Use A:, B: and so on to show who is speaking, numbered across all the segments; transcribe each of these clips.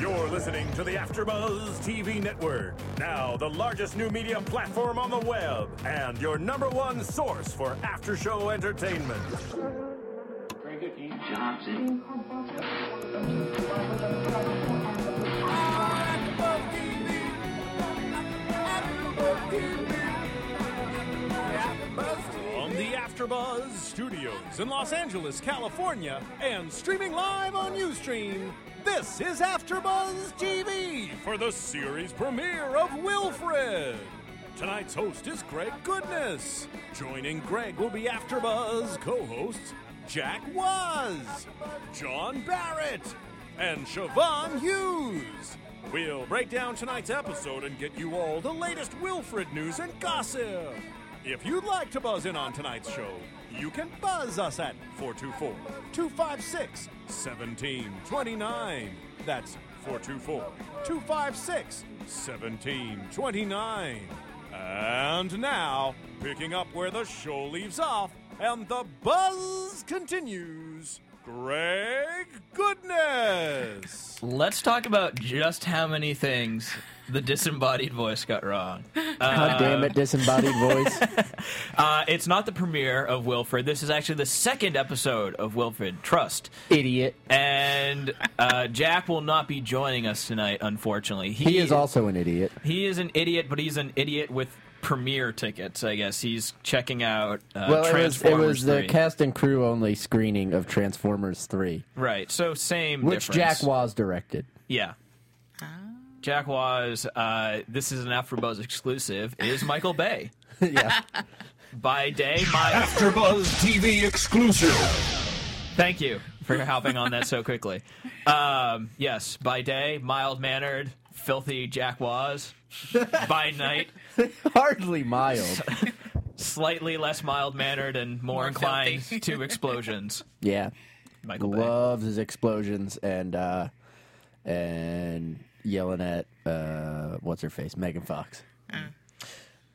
A: You're listening to the AfterBuzz TV Network, now the largest new media platform on the web, and your number one source for after-show entertainment.
B: Very good, Dean. Johnson.
C: From the AfterBuzz Studios in Los Angeles, California, and streaming live on UStream, this is AfterBuzz TV for the series premiere of Wilfred. Tonight's host is Greg Goodness. Joining Greg will be AfterBuzz co-hosts Jack Was, John Barrett, and Siobhan Hughes. We'll break down tonight's episode and get you all the latest Wilfred news and gossip. If you'd like to buzz in on tonight's show, you can buzz us at 424 256 1729. That's 424 256 1729. And now, picking up where the show leaves off and the buzz continues, Greg Goodness.
D: Let's talk about just how many things the disembodied voice got wrong.
E: God damn it, disembodied voice.
D: Uh, it's not the premiere of Wilfred. This is actually the second episode of Wilfred Trust.
E: Idiot.
D: And uh, Jack will not be joining us tonight, unfortunately.
E: He is also an idiot.
D: he is an idiot, but he's an idiot with premiere tickets. I guess he's checking out uh,
E: well, it was, it
D: Transformers
E: was the
D: 3.
E: cast and crew only screening of Transformers 3,
D: right. So same.
E: which
D: difference.
E: Jack was directed.
D: Yeah. Jack was, uh, this is an AfterBuzz exclusive, is Michael Bay.
E: yeah.
D: By day, my...
F: AfterBuzz TV exclusive.
D: Thank you for hopping on that so quickly. Um, yes, by day, mild-mannered, filthy Jack was. By night,
E: Hardly mild.
D: slightly less mild-mannered and more,
G: More
D: inclined
G: filthy.
D: to explosions.
E: Yeah.
D: Michael Bay.
E: Loves his explosions and, uh, and yelling at, uh, what's her face? Megan Fox.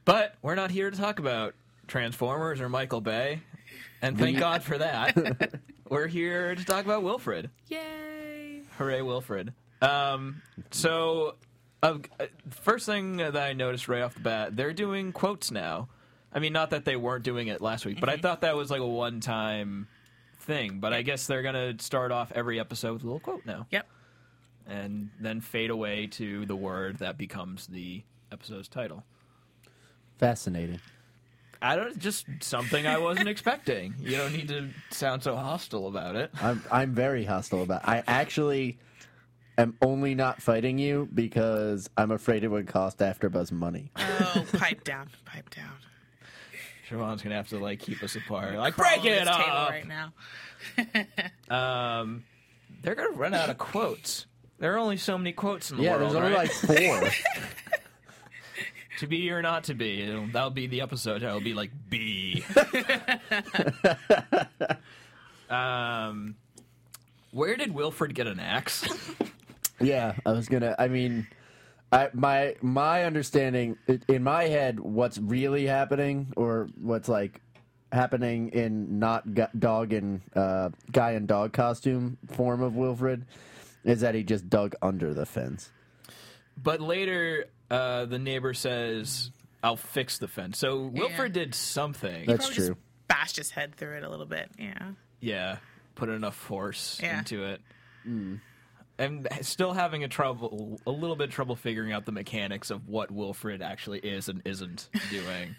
D: But we're not here to talk about Transformers or Michael Bay, and thank God for that. we're here to talk about Wilfred.
G: Yay!
D: Hooray, Wilfred. Um, so, uh, uh, first thing that I noticed right off the bat, they're doing quotes now. I mean, not that they weren't doing it last week, but
G: Mm-hmm.
D: I thought that was like a one time thing. But I guess they're going to start off every episode with a little quote now
G: Yep.
D: and then fade away to the word that becomes the episode's title.
E: Fascinating.
D: I don't, just something I wasn't expecting. You don't need to sound so hostile about it.
E: I'm, I'm very hostile about I actually am only not fighting you because I'm afraid it would cost AfterBuzz money.
G: Oh, pipe down, pipe down.
D: Siobhan's going to have to like keep us apart. Like,
G: Crawl
D: break
G: on
D: it
G: this table
D: up!
G: right now.
D: They're gonna run out of quotes. There are only so many quotes in the
E: Yeah,
D: world,
E: there's only
D: right?
E: like four.
D: to be or not to be. It'll- that'll be the episode. It'll be like be. um, where did Wilfred get an axe?
E: yeah, I was gonna. I mean, I my my understanding i- in my head, what's really happening or what's like happening in not gu dog and uh, guy in dog costume form of Wilfred is that he just dug under the fence.
D: but later, uh, the neighbor says, "I'll fix the fence." So Wilfred did something.
E: That's
G: Probably just
E: true.
G: bashed his head through it a little bit. Yeah.
D: yeah, put enough force
G: Yeah.
D: into it.
E: Mm.
D: And still having a trouble, a little bit trouble figuring out the mechanics of what Wilfred actually is and isn't doing.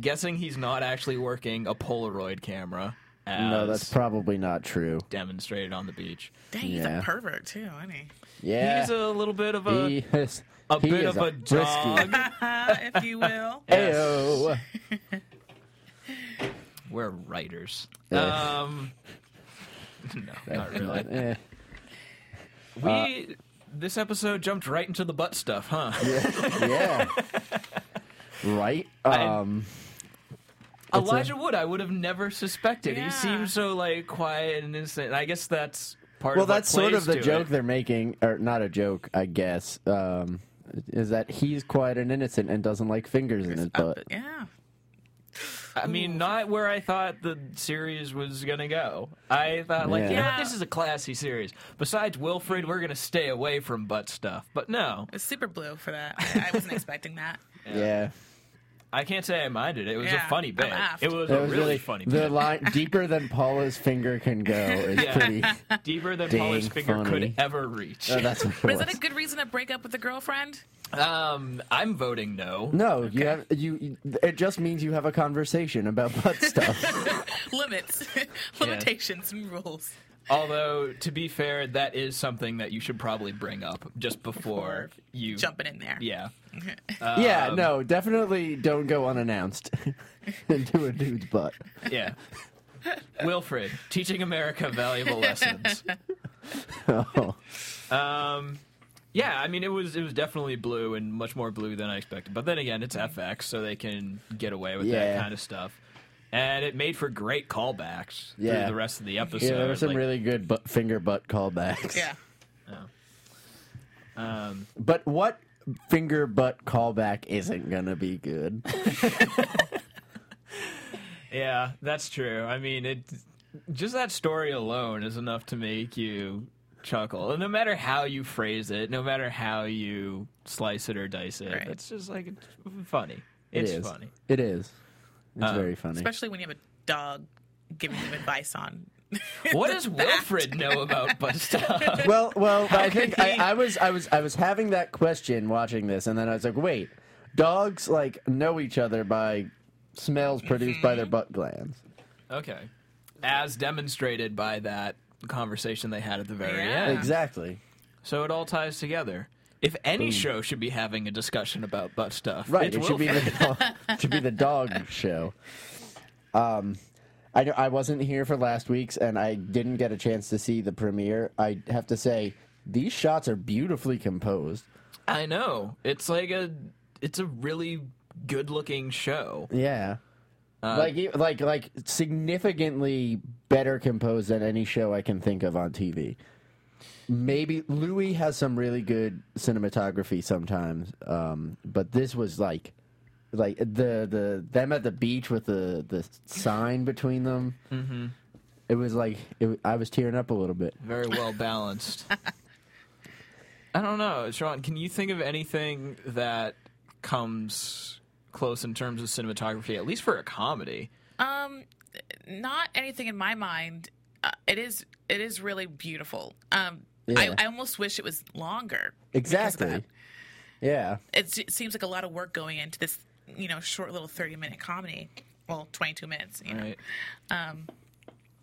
D: Guessing he's not actually working a Polaroid camera, as
E: No, that's probably not true.
D: demonstrated on the beach.
G: Dang, he's
E: Yeah.
G: a pervert too, isn't he?
E: Yeah,
D: He's a little bit of a
E: Eh. he is
D: a
E: he
D: bit of
E: is
D: a,
E: brisky.
D: dog.
G: Uh, if you will.
D: Yes.
E: Ayo.
D: We're writers.
E: Eh.
D: Um, no, not really.
E: Eh. Uh,
D: We this episode jumped right into the butt stuff, huh?
E: yeah. Right? Um, It's a-
D: Elijah Wood, I would have never suspected.
G: Yeah.
D: He seems so like quiet and innocent. And I guess that's part.
E: well,
D: of what
E: that's sort
D: plays
E: of the
D: to it.
E: joke they're making, or not a joke, I guess, um, is that he's quiet and innocent and doesn't like fingers in his
G: Uh,
E: butt.
G: yeah.
D: I mean, not where I thought the series was gonna go. I thought, like,
E: Yeah.
D: you know,
G: Yeah.
D: what, this is a classy series. Besides Wilfred, we're gonna stay away from butt stuff. But no,
G: It was super blue for that. I, I wasn't expecting that.
E: yeah.
D: I can't say I minded. It was
G: Yeah,
D: a funny
G: I'm
D: bit.
G: aft.
D: It was
E: That
D: a really, funny
E: The
D: bit.
E: line deeper than Paula's finger can go is
D: Yeah.
E: pretty.
D: Deeper than
E: Dang
D: Paula's finger
E: funny.
D: could ever reach.
E: Oh, that's what it
G: But is that
E: was.
G: a good reason to break up with a girlfriend?
D: Um, I'm voting no.
E: No, you have you. you- It just means you have a conversation about butt stuff.
G: Limits, limitations, and rules.
D: Although, to be fair, that is something that you should probably bring up just before
G: Before
D: you
G: Jumping in there.
D: Yeah.
E: yeah,
D: Um,
E: no, definitely don't go unannounced into a dude's butt.
D: Yeah. Wilfred, teaching America valuable lessons.
E: Oh,
D: Yeah, I mean it was it was definitely blue and much more blue than I expected. But then again, it's FX, so they can get away with
E: Yeah.
D: that kind of stuff. And it made for great callbacks
E: Yeah.
D: through the rest of the episode.
E: yeah, there were some
D: Like,
E: really good butt, finger butt callbacks.
G: Yeah.
E: But what finger butt callback isn't gonna be good?
D: Yeah, that's true. I mean, it just that story alone is enough to make you chuckle. And no matter how you phrase it, no matter how you slice it or dice it,
G: Right.
D: it's just like it's funny.
E: It
D: It's
E: is.
D: funny.
E: It is. It's very funny.
G: Especially when you have a dog giving you advice on.
D: What does Wilfred know about butt stuff?
E: well, well, I think
D: could he-
E: I, I was, I was, I was having that question watching this, and then I was like, wait, dogs like know each other by smells produced by their butt glands.
D: Okay, as demonstrated by that conversation they had at the very
G: Yeah.
D: end.
E: Exactly.
D: So it all ties together. If any show should be having a discussion about butt stuff,
E: Right.
D: it's
E: it should be
D: Wilfred.
E: the dog, it should be the dog show. Um, I know- I wasn't here for last week's, and I didn't get a chance to see the premiere. I have to say, these shots are beautifully composed.
D: I know. It's like a it's a really good looking show.
E: Yeah.
G: Uh,
E: like e- like like significantly better composed than any show I can think of on TV. Maybe Louis has some really good cinematography sometimes, um, but this was like like the the them at the beach with the the sign between them. Mm-hmm. It was like it, w- I was tearing up a little bit.
D: Very well balanced. I don't know, Sean, can you think of anything that comes close in terms of cinematography, at least for a comedy?
G: Um, not anything in my mind. Uh, it is. It is really beautiful. Um,
E: Yeah.
G: I, I almost wish it was longer. because of that.
E: Exactly. Yeah.
G: It se- seems like a lot of work going into this. You know, short little thirty-minute comedy. Well, twenty-two minutes. You know.
D: Right. Um,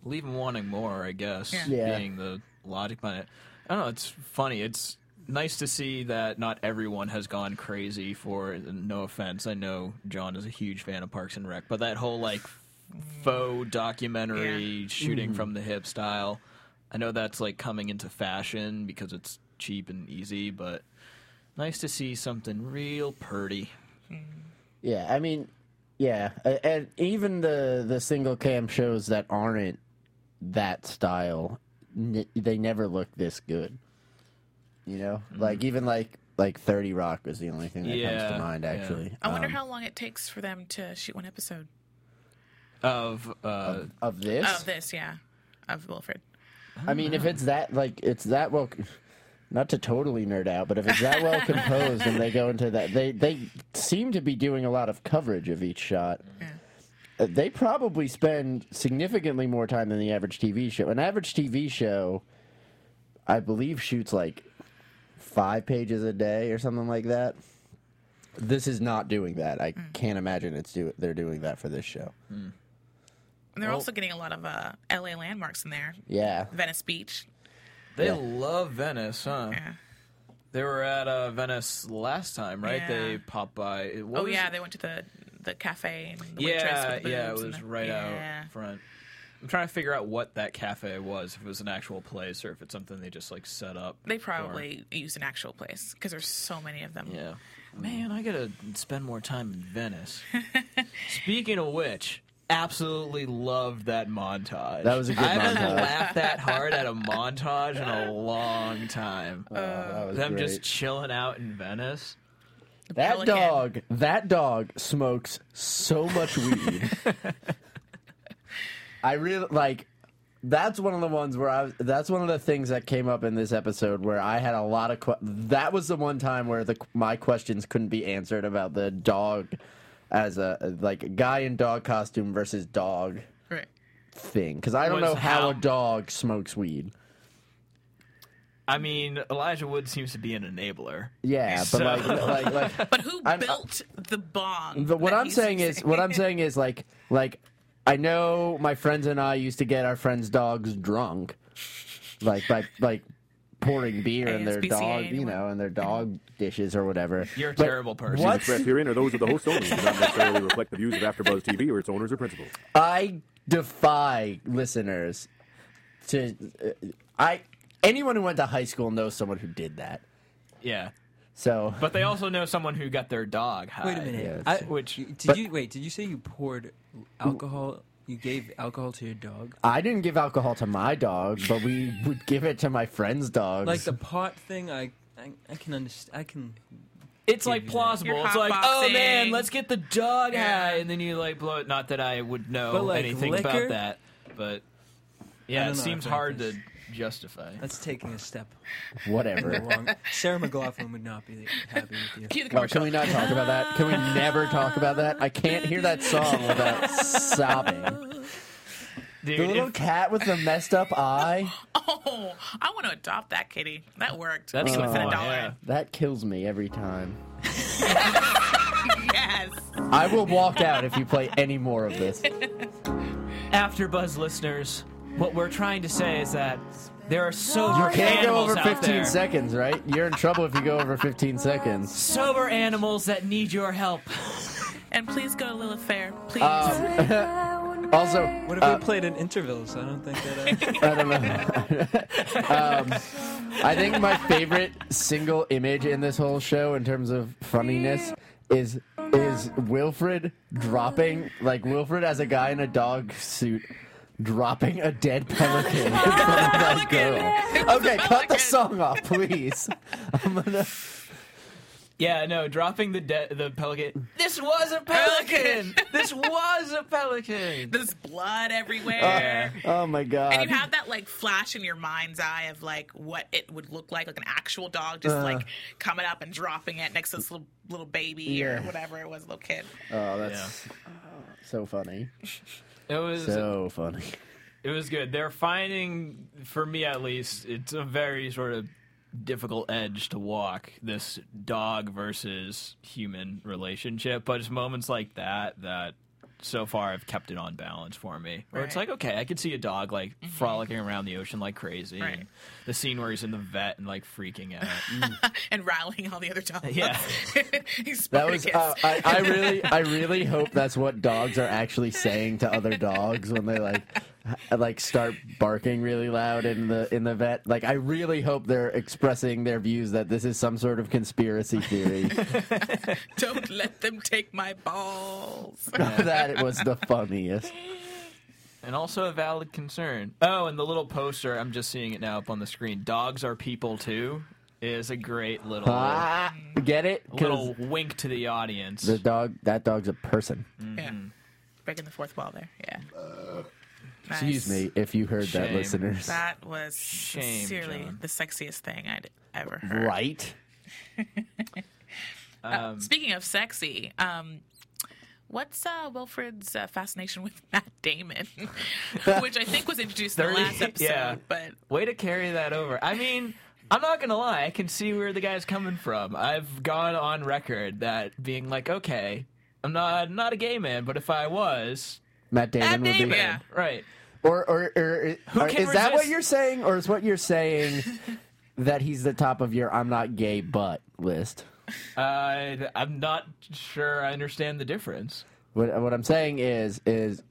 D: Leave them wanting more, I guess.
G: Yeah.
E: Yeah.
D: Being the logic behind it. I don't know. It's funny. It's nice to see that not everyone has gone crazy for. and No offense, I know John is a huge fan of Parks and Rec, but that whole like faux documentary
E: Mm-hmm.
D: shooting from the hip style. I know that's like coming into fashion because it's cheap and easy, but nice to see something real purty.
E: Yeah, I mean, yeah, a- and even the the single cam shows that aren't that style, n- they never look this good. You know, like even like like Thirty Rock was the only thing that comes
D: Mm-hmm. Yeah,
E: to mind.
D: yeah.
E: Actually,
G: I wonder
E: um,
G: how long it takes for them to shoot one episode
D: Of uh,
E: of this.
G: of this. Yeah, of Wilfred.
E: I mean, if it's that like it's that well, not to totally nerd out, but if it's that well composed and they go into that, they they seem to be doing a lot of coverage of each shot.
G: Yeah.
E: Uh, They probably spend significantly more time than the average TV show. An average TV show, I believe, shoots like five pages a day or something like that. This is not doing that. I can't imagine it's do they're doing that for this show.
G: And they're also getting a lot of uh, LA landmarks in there.
E: Yeah,
G: Venice Beach.
D: they
E: yeah.
D: love Venice, huh?
G: Yeah.
D: They were at uh, Venice last time, right?
G: Yeah.
D: They popped by. what
G: oh
D: was
G: yeah,
D: it?
G: they went to the the cafe. And the waitress
D: yeah,
G: with the
D: yeah. It
G: boobs and
D: was
G: the-
D: right
G: yeah.
D: out front. I'm trying to figure out what that cafe was. If it was an actual place or if it's something they just like set up.
G: They
D: for-
G: probably use an actual place because there's so many of them.
D: Yeah. Man, I gotta spend more time in Venice. Speaking of which, absolutely loved that montage.
E: That was a good
D: I haven't
E: montage.
D: laughed that hard at a montage in a long time.
E: that was
D: Them
E: Oh, great.
D: just chilling out in Venice.
G: The
E: That
G: pelican.
E: dog, that dog smokes so much weed. I really like. That's one of the ones where I. was- That's one of the things that came up in this episode where I had a lot of. Que- that was the one time where the my questions couldn't be answered about the dog, as a like guy in dog costume versus dog
G: Right.
E: thing because I don't
D: Was
E: know how,
D: how-
E: a dog smokes weed.
D: I mean, Elijah Wood seems to be an enabler.
E: Yeah, but
D: So-
E: like, like, like
G: But who
E: I'm-
G: built the bong?
E: But uh, what
G: that
E: I'm
G: he's
E: saying is,
G: using?
E: what I'm saying is, like, like I know my friends and I used to get our friends' dogs drunk, like, like, like pouring beer in their
G: ASPCA
E: dog, you
G: anyone?
E: know, in their dog dishes or whatever.
D: You're a
E: But
D: terrible person.
E: What
A: Expressed herein are those of the host only, do not necessarily reflect the views of AfterBuzz TV or its owners or principals.
E: I defy listeners to, uh, I anyone who went to high school knows someone who did that.
D: Yeah,
E: So
D: but they also know someone who got their dog high.
H: Wait a minute.
E: Yeah,
H: I,
E: it's-
D: Which
H: you- did
E: But-
H: you wait? Did you say you poured alcohol? You gave alcohol to your dog?
E: I didn't give alcohol to my dog, but we would give it to my friends' dogs.
H: Like the pot thing? I I, I can understand. I can.
D: it's like
H: You're
D: plausible. It's
G: hotboxing.
D: like, oh man, let's get the dog
G: Yeah.
D: high, and then you like blow it. Not that I would know
H: But, like,
D: anything
H: liquor?
D: about that, but
H: I
D: yeah,
H: don't
D: it
H: know, I
D: seems
H: feel like
D: hard
H: this-
D: to justify.
H: That's taking a step
E: whatever.
H: wrong. Sarah McLaughlin would not be happy with you.
G: Cue the
E: Oh,
G: commercial.
E: can we not talk about that? Can we never talk about that? I can't hear that song without sobbing.
D: Dude,
E: The little
D: if-
E: cat with the messed up eye,
G: Oh, I want to adopt that kitty. That worked.
D: That's
G: Even
D: the
E: Oh,
G: within a
D: one,
G: dollar.
D: yeah.
E: that kills me every time.
G: Yes.
E: I will walk out if you play any more of this.
D: After Buzz listeners, what we're trying to say is that there are sober
E: You can't go
D: animals
E: over
D: out
E: 15
D: there.
E: seconds, right? You're in trouble if you go over 15 seconds.
D: Sober animals that need your help.
G: And please go to Lilith Fair. Please.
E: Uh, Also,
H: What if we played an intervals? I don't think that. Uh,
E: I don't know. um, I think my favorite single image in this whole show, in terms of funniness, is is Wilfred dropping like Wilfred as a guy in a dog suit. Dropping a dead pelican in front of that girl. Okay, cut the
G: pelican.
E: song off, please. I'm gonna.
D: Yeah, no, dropping the de- the pelican. This was a pelican. this was a pelican.
G: There's blood everywhere.
D: Yeah.
E: Oh my god.
G: And you have that like flash in your mind's eye of like what it would look like, like an actual dog
E: Uh.
G: just like coming up and dropping it next to this little little baby or
E: Yeah.
G: whatever it was, little kid.
E: oh, that's so funny.
D: It was
E: So funny.
D: it was good. They're finding, for me at least, it's a very sort of difficult edge to walk. This dog versus human relationship, but it's moments like that that so far have kept it on balance for me. Where it's
G: Right. Mm-hmm.
D: like, okay, I could see a dog like frolicking around the ocean like crazy.
G: Right.
D: and the scene where he's in the vet and like freaking out.
G: And rallying all the other dogs.
D: Yeah.
G: He's
E: That was.
G: Spartacus.
E: Uh, I, I really, I really hope that's what dogs are actually saying to other dogs when they like, h- like start barking really loud in the in the vet. Like, I really hope they're expressing their views that this is some sort of conspiracy theory.
G: Don't let them take my balls.
E: that it was the funniest.
D: and also a valid concern. Oh, and the little poster, I'm just seeing it now up on the screen. Dogs are people too is a great little
E: Ah, get it? 'Cause
D: little wink to the audience.
E: the dog, that dog's a person.
G: Yeah.
D: Mm-hmm.
G: Breaking the fourth wall there. Yeah. Nice.
E: Uh, Excuse me if you heard that,
D: Shame.
E: listeners.
G: That was
D: Shame,
G: sincerely
D: John.
G: the sexiest thing I'd ever heard.
E: Right?
D: Um,
G: Speaking of sexy, um, what's uh, Wilfred's uh, fascination with Matt Damon, which I think was introduced in the
D: Thirty-
G: last episode?
D: yeah.
G: But
D: Way to carry that over. I mean, I'm not gonna lie, I can see where the guy's coming from. I've gone on record that being like, okay, I'm not not a gay man, but if I was,
E: Matt Damon would be.
G: Damon. Yeah.
D: right.
E: Or, or, or, or is
D: can
E: that what
D: resist?
E: you're saying, or is what you're saying that he's the top of your "I'm not gay but" list?
D: Uh, I'm not sure I understand the difference.
E: What what I'm saying is is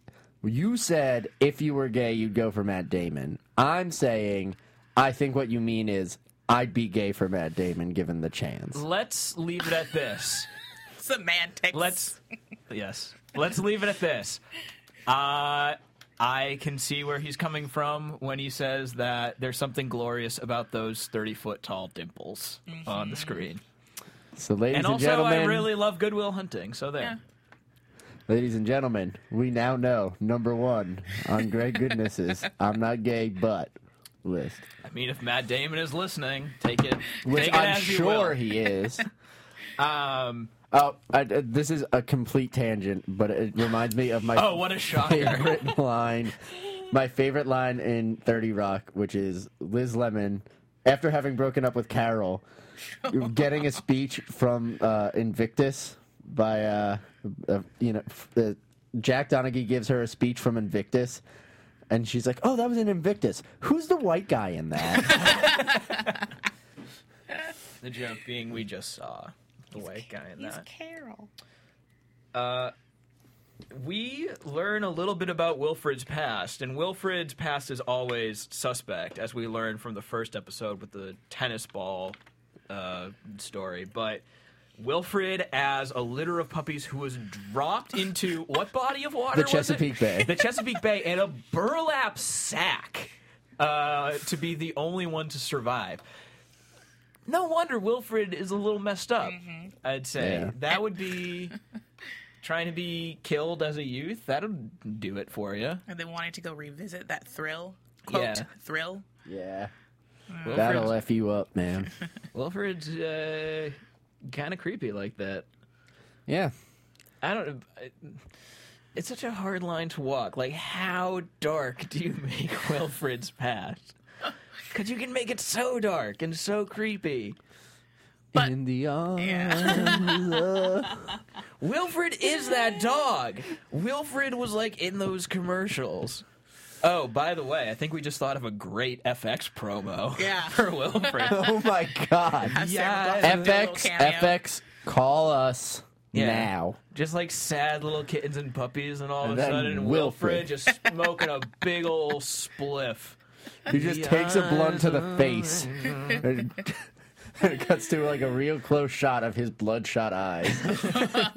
E: you said if you were gay you'd go for Matt Damon. I'm saying I think what you mean is I'd be gay for Matt Damon given the chance.
D: Let's leave it at this.
G: semantics.
D: let's yes let's leave it at this uh I can see where he's coming from when he says
G: Mm-hmm.
D: that there's something glorious about those 30 foot tall dimples on the screen.
E: So, ladies
D: and
E: and,
D: also,
E: gentlemen,
D: I really love Goodwill Hunting. So there.
G: Yeah.
E: ladies and gentlemen, we now know number one on Greg Goodness's "I'm Not Gay But" list,
D: I mean, if Matt Damon is listening, take it.
E: which
D: take it
E: I'm
D: as you
E: sure
D: will.
E: he is.
D: Um,
E: Oh, I, uh, this is a complete tangent, but it reminds me of my
D: oh, what a shocker!
E: favorite line. My favorite line in 30 Rock, which is Liz Lemon, after having broken up with Carol, getting a speech from uh, Invictus by, uh, uh, you know, f- uh, Jack Donaghy gives her a speech from Invictus. And she's like, oh, that was in Invictus. Who's the white guy in that?
D: the joke being, we just saw the white guy in
G: He's
D: that.
G: Carol.
D: We learn a little bit about Wilfred's past, and Wilfred's past is always suspect, as we learned from the first episode with the tennis ball uh, story. But Wilfred, as a litter of puppies who was dropped into what body of water?
E: The
D: was it?
E: Chesapeake Bay.
D: The Chesapeake Bay, and a burlap sack uh, to be the only one to survive. No wonder Wilfred is a little messed up. I'd say
E: Yeah.
D: that would be trying to be killed as a youth. That'll do it for you.
G: And then wanting to go revisit that thrill. Quote,
D: Yeah.
G: thrill.
E: yeah. That'll
D: Wilfred's,
E: F you up, man.
D: Wilfred's uh, kind of creepy like that.
E: Yeah.
D: I don't. I- It's such a hard line to walk. Like, how dark do you make Wilfred's past? Because you can make it so dark and so creepy.
G: But-
E: in the arms of-
D: Wilfred is that dog. Wilfred was like in those commercials. Oh, by the way, I think we just thought of a great FX promo.
G: Yeah.
D: for Wilfred.
E: Oh, my God.
G: Have Sarah
D: Yeah.
G: Goldberg do a little
E: FX,
G: cameo.
E: FX, call us
D: Yeah.
E: now.
D: just like sad little kittens and puppies, and all of
E: And
D: a
E: then
D: sudden Wilfred
E: Wilfred.
D: just smoking a big old spliff.
E: He just takes a blunt to the face. and and it cuts to like a real close shot of his bloodshot eyes.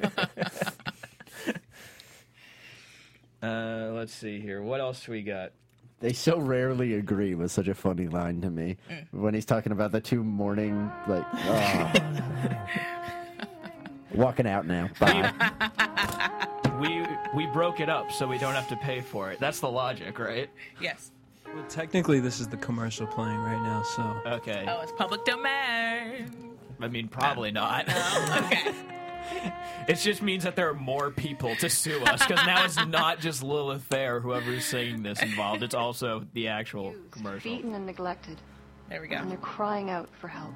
D: Uh, let's see here. What else we got?
E: They so rarely agree was such a funny line to me
G: Mm.
E: when he's talking about the two morning like oh. walking out now. Bye.
D: We we broke it up so we don't have to pay for it. That's the logic, right?
G: Yes.
H: Well, technically, this is the commercial playing right now, so.
D: Okay.
G: Oh, it's public domain.
D: I mean, probably not.
G: Okay.
D: It just means that there are more people to sue us because now it's not just Lilith Fair, whoever's singing this, involved. It's also the actual commercial.
I: Beaten and neglected,
G: There we
I: and they're
G: go.
I: crying out for help.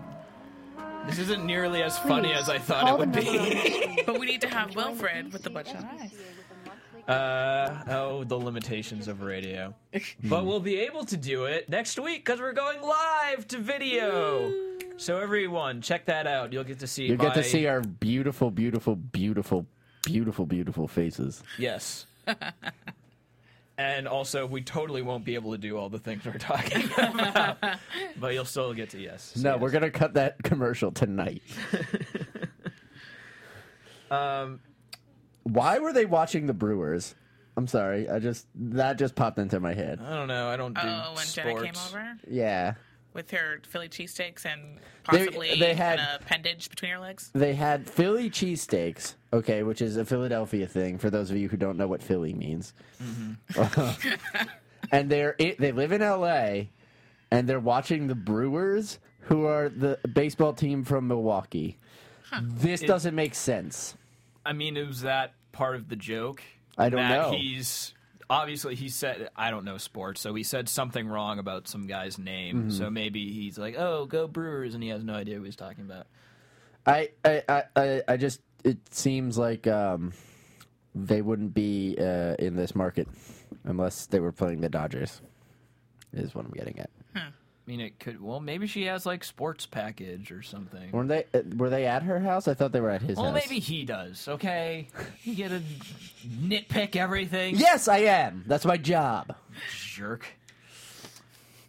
D: This isn't nearly as funny as I thought it
I: Call the
D: would
I: number on
D: be.
I: the screen.
G: But we need to have
I: Join the
G: Wilfred with the
I: BCSPCA
G: bloodshot eyes.
I: with a monthly
D: Uh, oh, the limitations of radio. but we'll be able to do it next week because we're going live to video. So everyone, check that out. You'll get to see.
E: You get
D: my-
E: to see our beautiful, beautiful, beautiful, beautiful, beautiful faces.
D: Yes. and also, we totally won't be able to do all the things we're talking about, but you'll still get to yes.
E: No, we're gonna cut that commercial tonight. um, why were they watching the Brewers? I'm sorry, I just that just popped into my head.
D: I don't know. I don't do
G: Oh, when
D: sports.
G: Jenna came over
E: Yeah,
G: with her Philly cheesesteaks and
E: They-
G: possibly
E: they had-
G: an appendage between her legs.
E: they had Philly cheesesteaks, okay, which is a Philadelphia thing for those of you who don't know what Philly means.
D: Mm-hmm.
E: and they're it, they live in L.A. and they're watching the Brewers, who are the baseball team from Milwaukee. This doesn't make sense.
D: I mean, it was that part of the joke.
E: I don't
D: that
E: know.
D: He's obviously he said I don't know sports, so he said something wrong about some guy's name.
E: Mm-hmm.
D: So maybe he's like, "Oh, go Brewers," and he has no idea what he's talking about.
E: I I, I- I, I just it seems like um, they wouldn't be uh, in this market unless they were playing the Dodgers. Is what I'm getting at.
D: I mean, it could. Well, maybe she has like sports package or something.
E: Were they uh, were they at her house? I thought they were at his
D: well,
E: house.
D: maybe he does. Okay, you get to nitpick everything.
E: Yes, I am. That's my job.
D: jerk.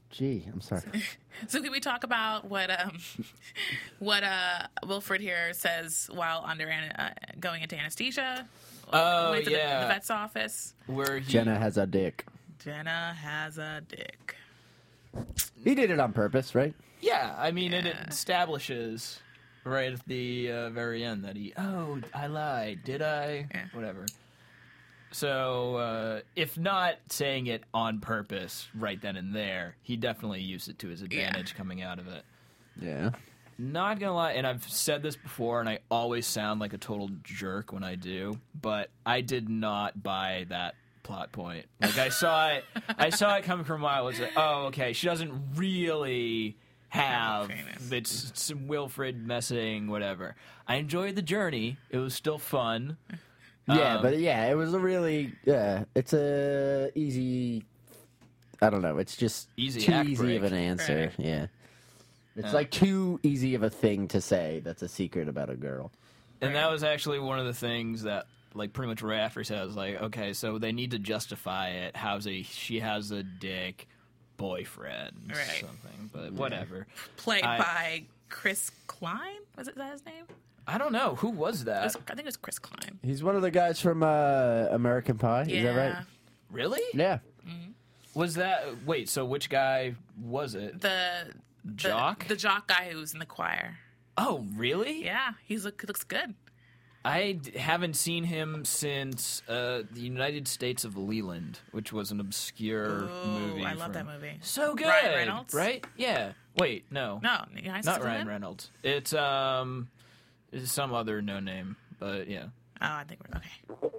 E: Gee, I'm sorry.
G: So can we talk about what um, what uh, Wilfred here says while under an, uh, going into anesthesia?
D: Oh
G: Went to the-
D: yeah,
G: the, vet's office.
D: where he,
E: Jenna has a dick.
G: Jenna has a dick.
E: He did it on purpose, right?
D: Yeah, I mean, it establishes right at the uh, very end that he, oh, I lied, did I?
G: Yeah.
D: Whatever. So, uh, if not saying it on purpose right then and there, he definitely used it to his advantage coming out of it.
E: Yeah.
D: Not gonna lie, and I've said this before, and I always sound like a total jerk when I do, but I did not buy that plot point. Like I saw it, I saw it coming from a mile. I was like, oh, okay, she doesn't really have
G: Famous.
D: it's some Wilfred messing, whatever. I enjoyed the journey; it was still fun.
E: Yeah,
D: Um,
E: but yeah, it was a really yeah. It's a easy. I don't know. It's just
D: Easy
E: too
D: act
E: easy
D: break. Uh,
E: of an answer.
G: Right.
E: Yeah, it's like too easy of a thing to say. That's a secret about a girl.
D: And that was actually one of the things that, like, pretty much right after said, I was like, okay, so they need to justify it. How's a she has a dick boyfriend,
G: Right.
D: or something, but whatever.
G: Played
D: I-
G: by Chris Klein. Was it that his name?
D: I don't know who was
G: It
D: that.
G: was- I think it was Chris Klein.
E: He's one of the guys from uh, American Pie. Is that right?
D: Really?
E: Yeah.
D: Was that wait? So which guy was it?
G: The, the
D: Jock?
G: the jock guy who's in the choir.
D: Oh, really?
G: Yeah, he's look looks good.
D: I d- haven't seen him since uh, the United States of Leland, which was an obscure
G: Ooh,
D: movie.
G: I love
D: from-
G: that movie.
D: So good,
G: Ryan Reynolds?
D: right? Yeah. Wait, no,
G: No, you guys
D: not
G: still
D: Ryan
G: in?
D: Reynolds. It's um, it's some other no name, but yeah.
G: Oh, I think we're okay.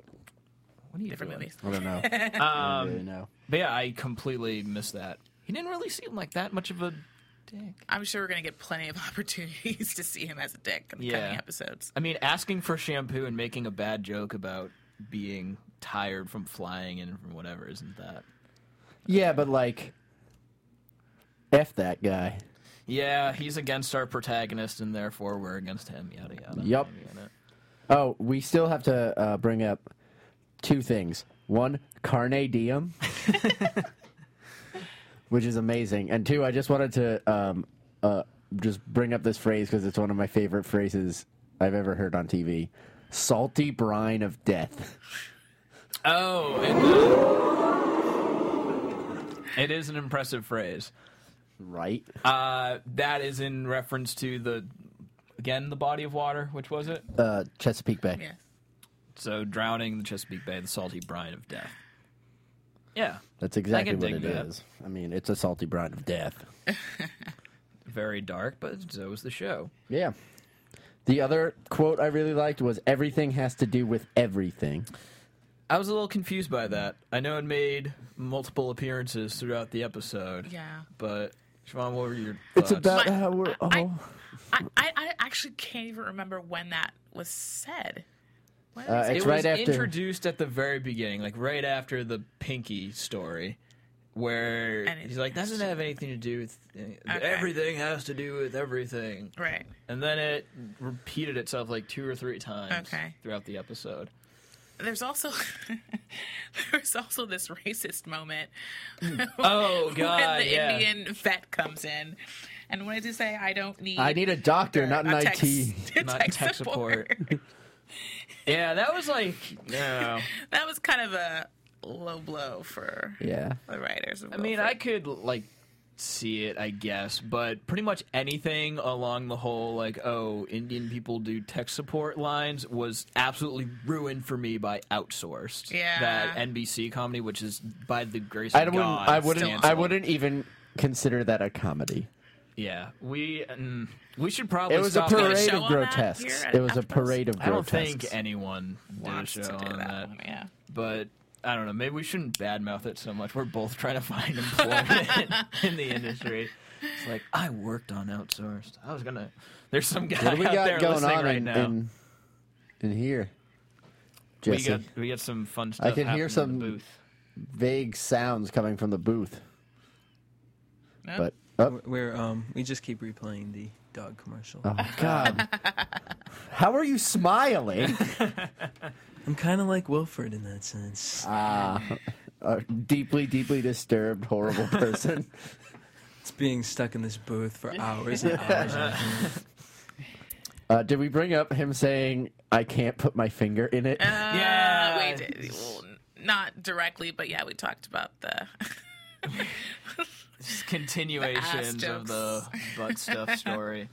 D: What are you
G: Different
D: doing?
G: movies.
E: I don't know. I don't
D: Um,
E: really know.
D: But yeah, I completely missed that. He didn't really seem like that much of a dick.
G: I'm sure we're gonna get plenty of opportunities to see him as a dick in the
D: Yeah.
G: coming episodes.
D: I mean, asking for shampoo and making a bad joke about being tired from flying and from whatever isn't that?
E: Yeah, but like, f that guy.
D: Yeah, he's against our protagonist, and therefore we're against him. Yada yada.
E: Yup.
D: yada, yada.
E: Oh, we still have to uh, bring up two things. One, carne diem, which is amazing, and two, I just wanted to um, uh, just bring up this phrase because it's one of my favorite phrases I've ever heard on TV: "Salty brine of death."
D: Oh, and, uh, it is an impressive phrase.
E: Right?
D: Uh, that is in reference to the again the body of water. Which was it?
E: Uh, Chesapeake Bay.
G: Yes.
D: So drowning in the Chesapeake Bay, the salty brine of death. Yeah,
E: That's exactly
D: can
E: what it
D: dig
E: is.
D: that.
E: I mean, it's a salty brine of death.
D: very dark, but so is the show.
E: Yeah. The other quote I really liked was "Everything has to do with everything."
D: I was a little confused by that. I know it made multiple appearances throughout the episode.
G: Yeah.
D: But Siobhan, what were your
E: It's
D: thoughts?
E: about
G: But
E: how we're. Oh.
G: I- I, I, I actually can't even remember when that was said. When
E: Uh,
G: was it?
E: it's
D: it
E: right
D: was
E: after-
D: introduced at the very beginning, like right after the Pinky story, where
G: And it
D: he's like,
G: has
D: doesn't
G: to-
D: have anything to do with
G: Okay.
D: everything has to do with everything,
G: right.
D: and then it repeated itself like two or three times
G: Okay.
D: throughout the episode.
G: There's also there's also this racist moment.
D: Oh
G: when
D: God,
G: the
D: yeah.
G: Indian vet comes in, and what did you say? I don't need.
E: I need a doctor, not an
G: a
E: IT.
G: tech-
D: Not
G: tech
D: tech support. yeah, that was like no.
G: that was kind of a low blow for
E: Yeah.
G: the writers.
D: I mean, I could like see it, I guess, but pretty much anything along the whole like, oh, Indian people do tech support lines was absolutely ruined for me by outsourced.
G: Yeah.
D: that NBC comedy, which is by the grace
E: I
D: of
E: wouldn't.
D: God,
E: I wouldn't.
D: canceled.
E: I wouldn't even consider that a comedy.
D: Yeah, we mm, we should probably.
E: It was a
D: stop
G: gonna
E: parade
G: show
E: of
G: on that
E: grotesques.
G: here at
E: It was a
G: Aftermath?
E: parade of
D: I don't
E: grotesques.
D: think anyone did a
G: wants
D: show
G: to do
D: on
G: that.
D: that,
G: one, Yeah.
D: but. I don't know. Maybe we shouldn't badmouth it so much. We're both trying to find employment in the industry. It's like I worked on outsourced. I was gonna. There's some guy
E: What do we
D: out there
E: got going
D: listening
E: on
D: right
E: in,
D: now.
E: in in here?
D: we
E: Jesse,
D: got we got some fun stuff.
E: can
D: happening in
E: hear
D: the
E: some-
D: booth.
E: vague sounds coming from the booth,
G: No?
E: but oh,
H: We're- We're um we just keep replaying the dog commercial.
E: oh, god, how are you smiling?
H: I'm kind of like Wilfred in that sense.
E: A deeply, deeply disturbed, horrible person.
H: It's being stuck in this booth for hours and hours.
E: Uh, did we bring up him saying, "I can't put my finger in it"?
G: Uh,
D: Yeah.
G: we did. Well, not directly, but yeah, we talked about the
D: Just continuations of the
G: jokes.
D: butt stuff story.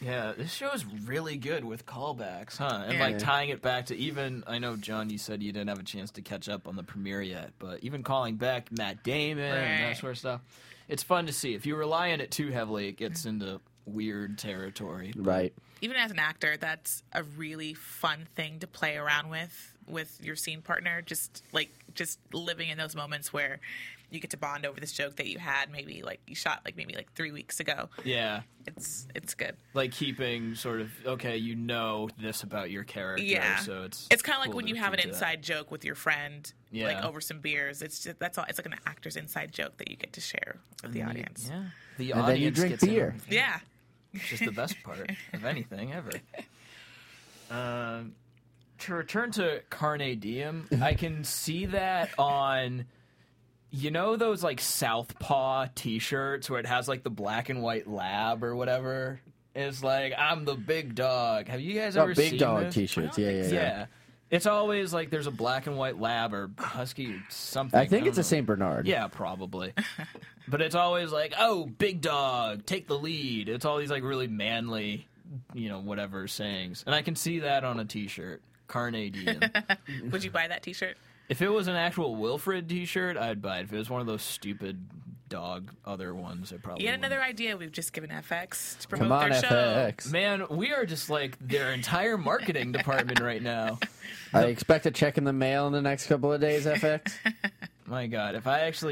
D: Yeah, this show's really good with callbacks, huh? And
G: Yeah.
D: like tying it back to even I know John, you said you didn't have a chance to catch up on the premiere yet, but even calling back Matt Damon and
G: Right.
D: that sort of stuff, it's fun to see. If you rely on it too heavily, it gets into weird territory.
E: Right.
G: even as an actor, that's a really fun thing to play around with with your scene partner. Just like just living in those moments where you get to bond over this joke that you had maybe like you shot like maybe like three weeks ago.
D: Yeah,
G: It's it's good.
D: like keeping sort of okay, you know this about your character,
G: Yeah.
D: so it's
G: It's kind of like
D: cool
G: when
D: to
G: you have an
D: keep to that.
G: inside joke with your friend, like
D: Yeah.
G: over some beers. It's just, that's all. It's like an actor's inside joke that you get to share with
D: Mm,
G: the audience.
D: Yeah, the
E: And then you
D: audience
E: drink
D: gets in on
E: beer.
G: Yeah.
D: which is the best part of anything ever. Um, to return to Carne Diem, I can see that on. You know those like Southpaw T-shirts where it has like the black and white lab or whatever. It's like I'm the big dog. Have you guys
E: Oh,
D: ever
E: big
D: seen
E: dog
D: this?
E: T-shirts. Yeah, yeah,
D: Yeah.
E: yeah.
D: it's always like there's a black and white lab or husky or something.
E: I think
D: don't
E: it's a
G: Um,
D: know.
E: Saint Bernard.
D: Yeah, probably. but it's always like, oh, big dog, take the lead. It's all these like really manly, you know, whatever sayings. And I can see that on a t shirt. Carne diem.
G: Would you buy that T-shirt?
D: if it was an actual Wilfred t shirt, I'd buy it. If it was one of those stupid dog other ones, I probably
G: Yet
D: wouldn't.
G: another idea we've just given FX to promote
E: Come on,
G: their show.
E: FX.
D: Man, we are just like their entire marketing department right now.
E: I expect a check in the mail in the next couple of days, FX.
D: My God, if I actually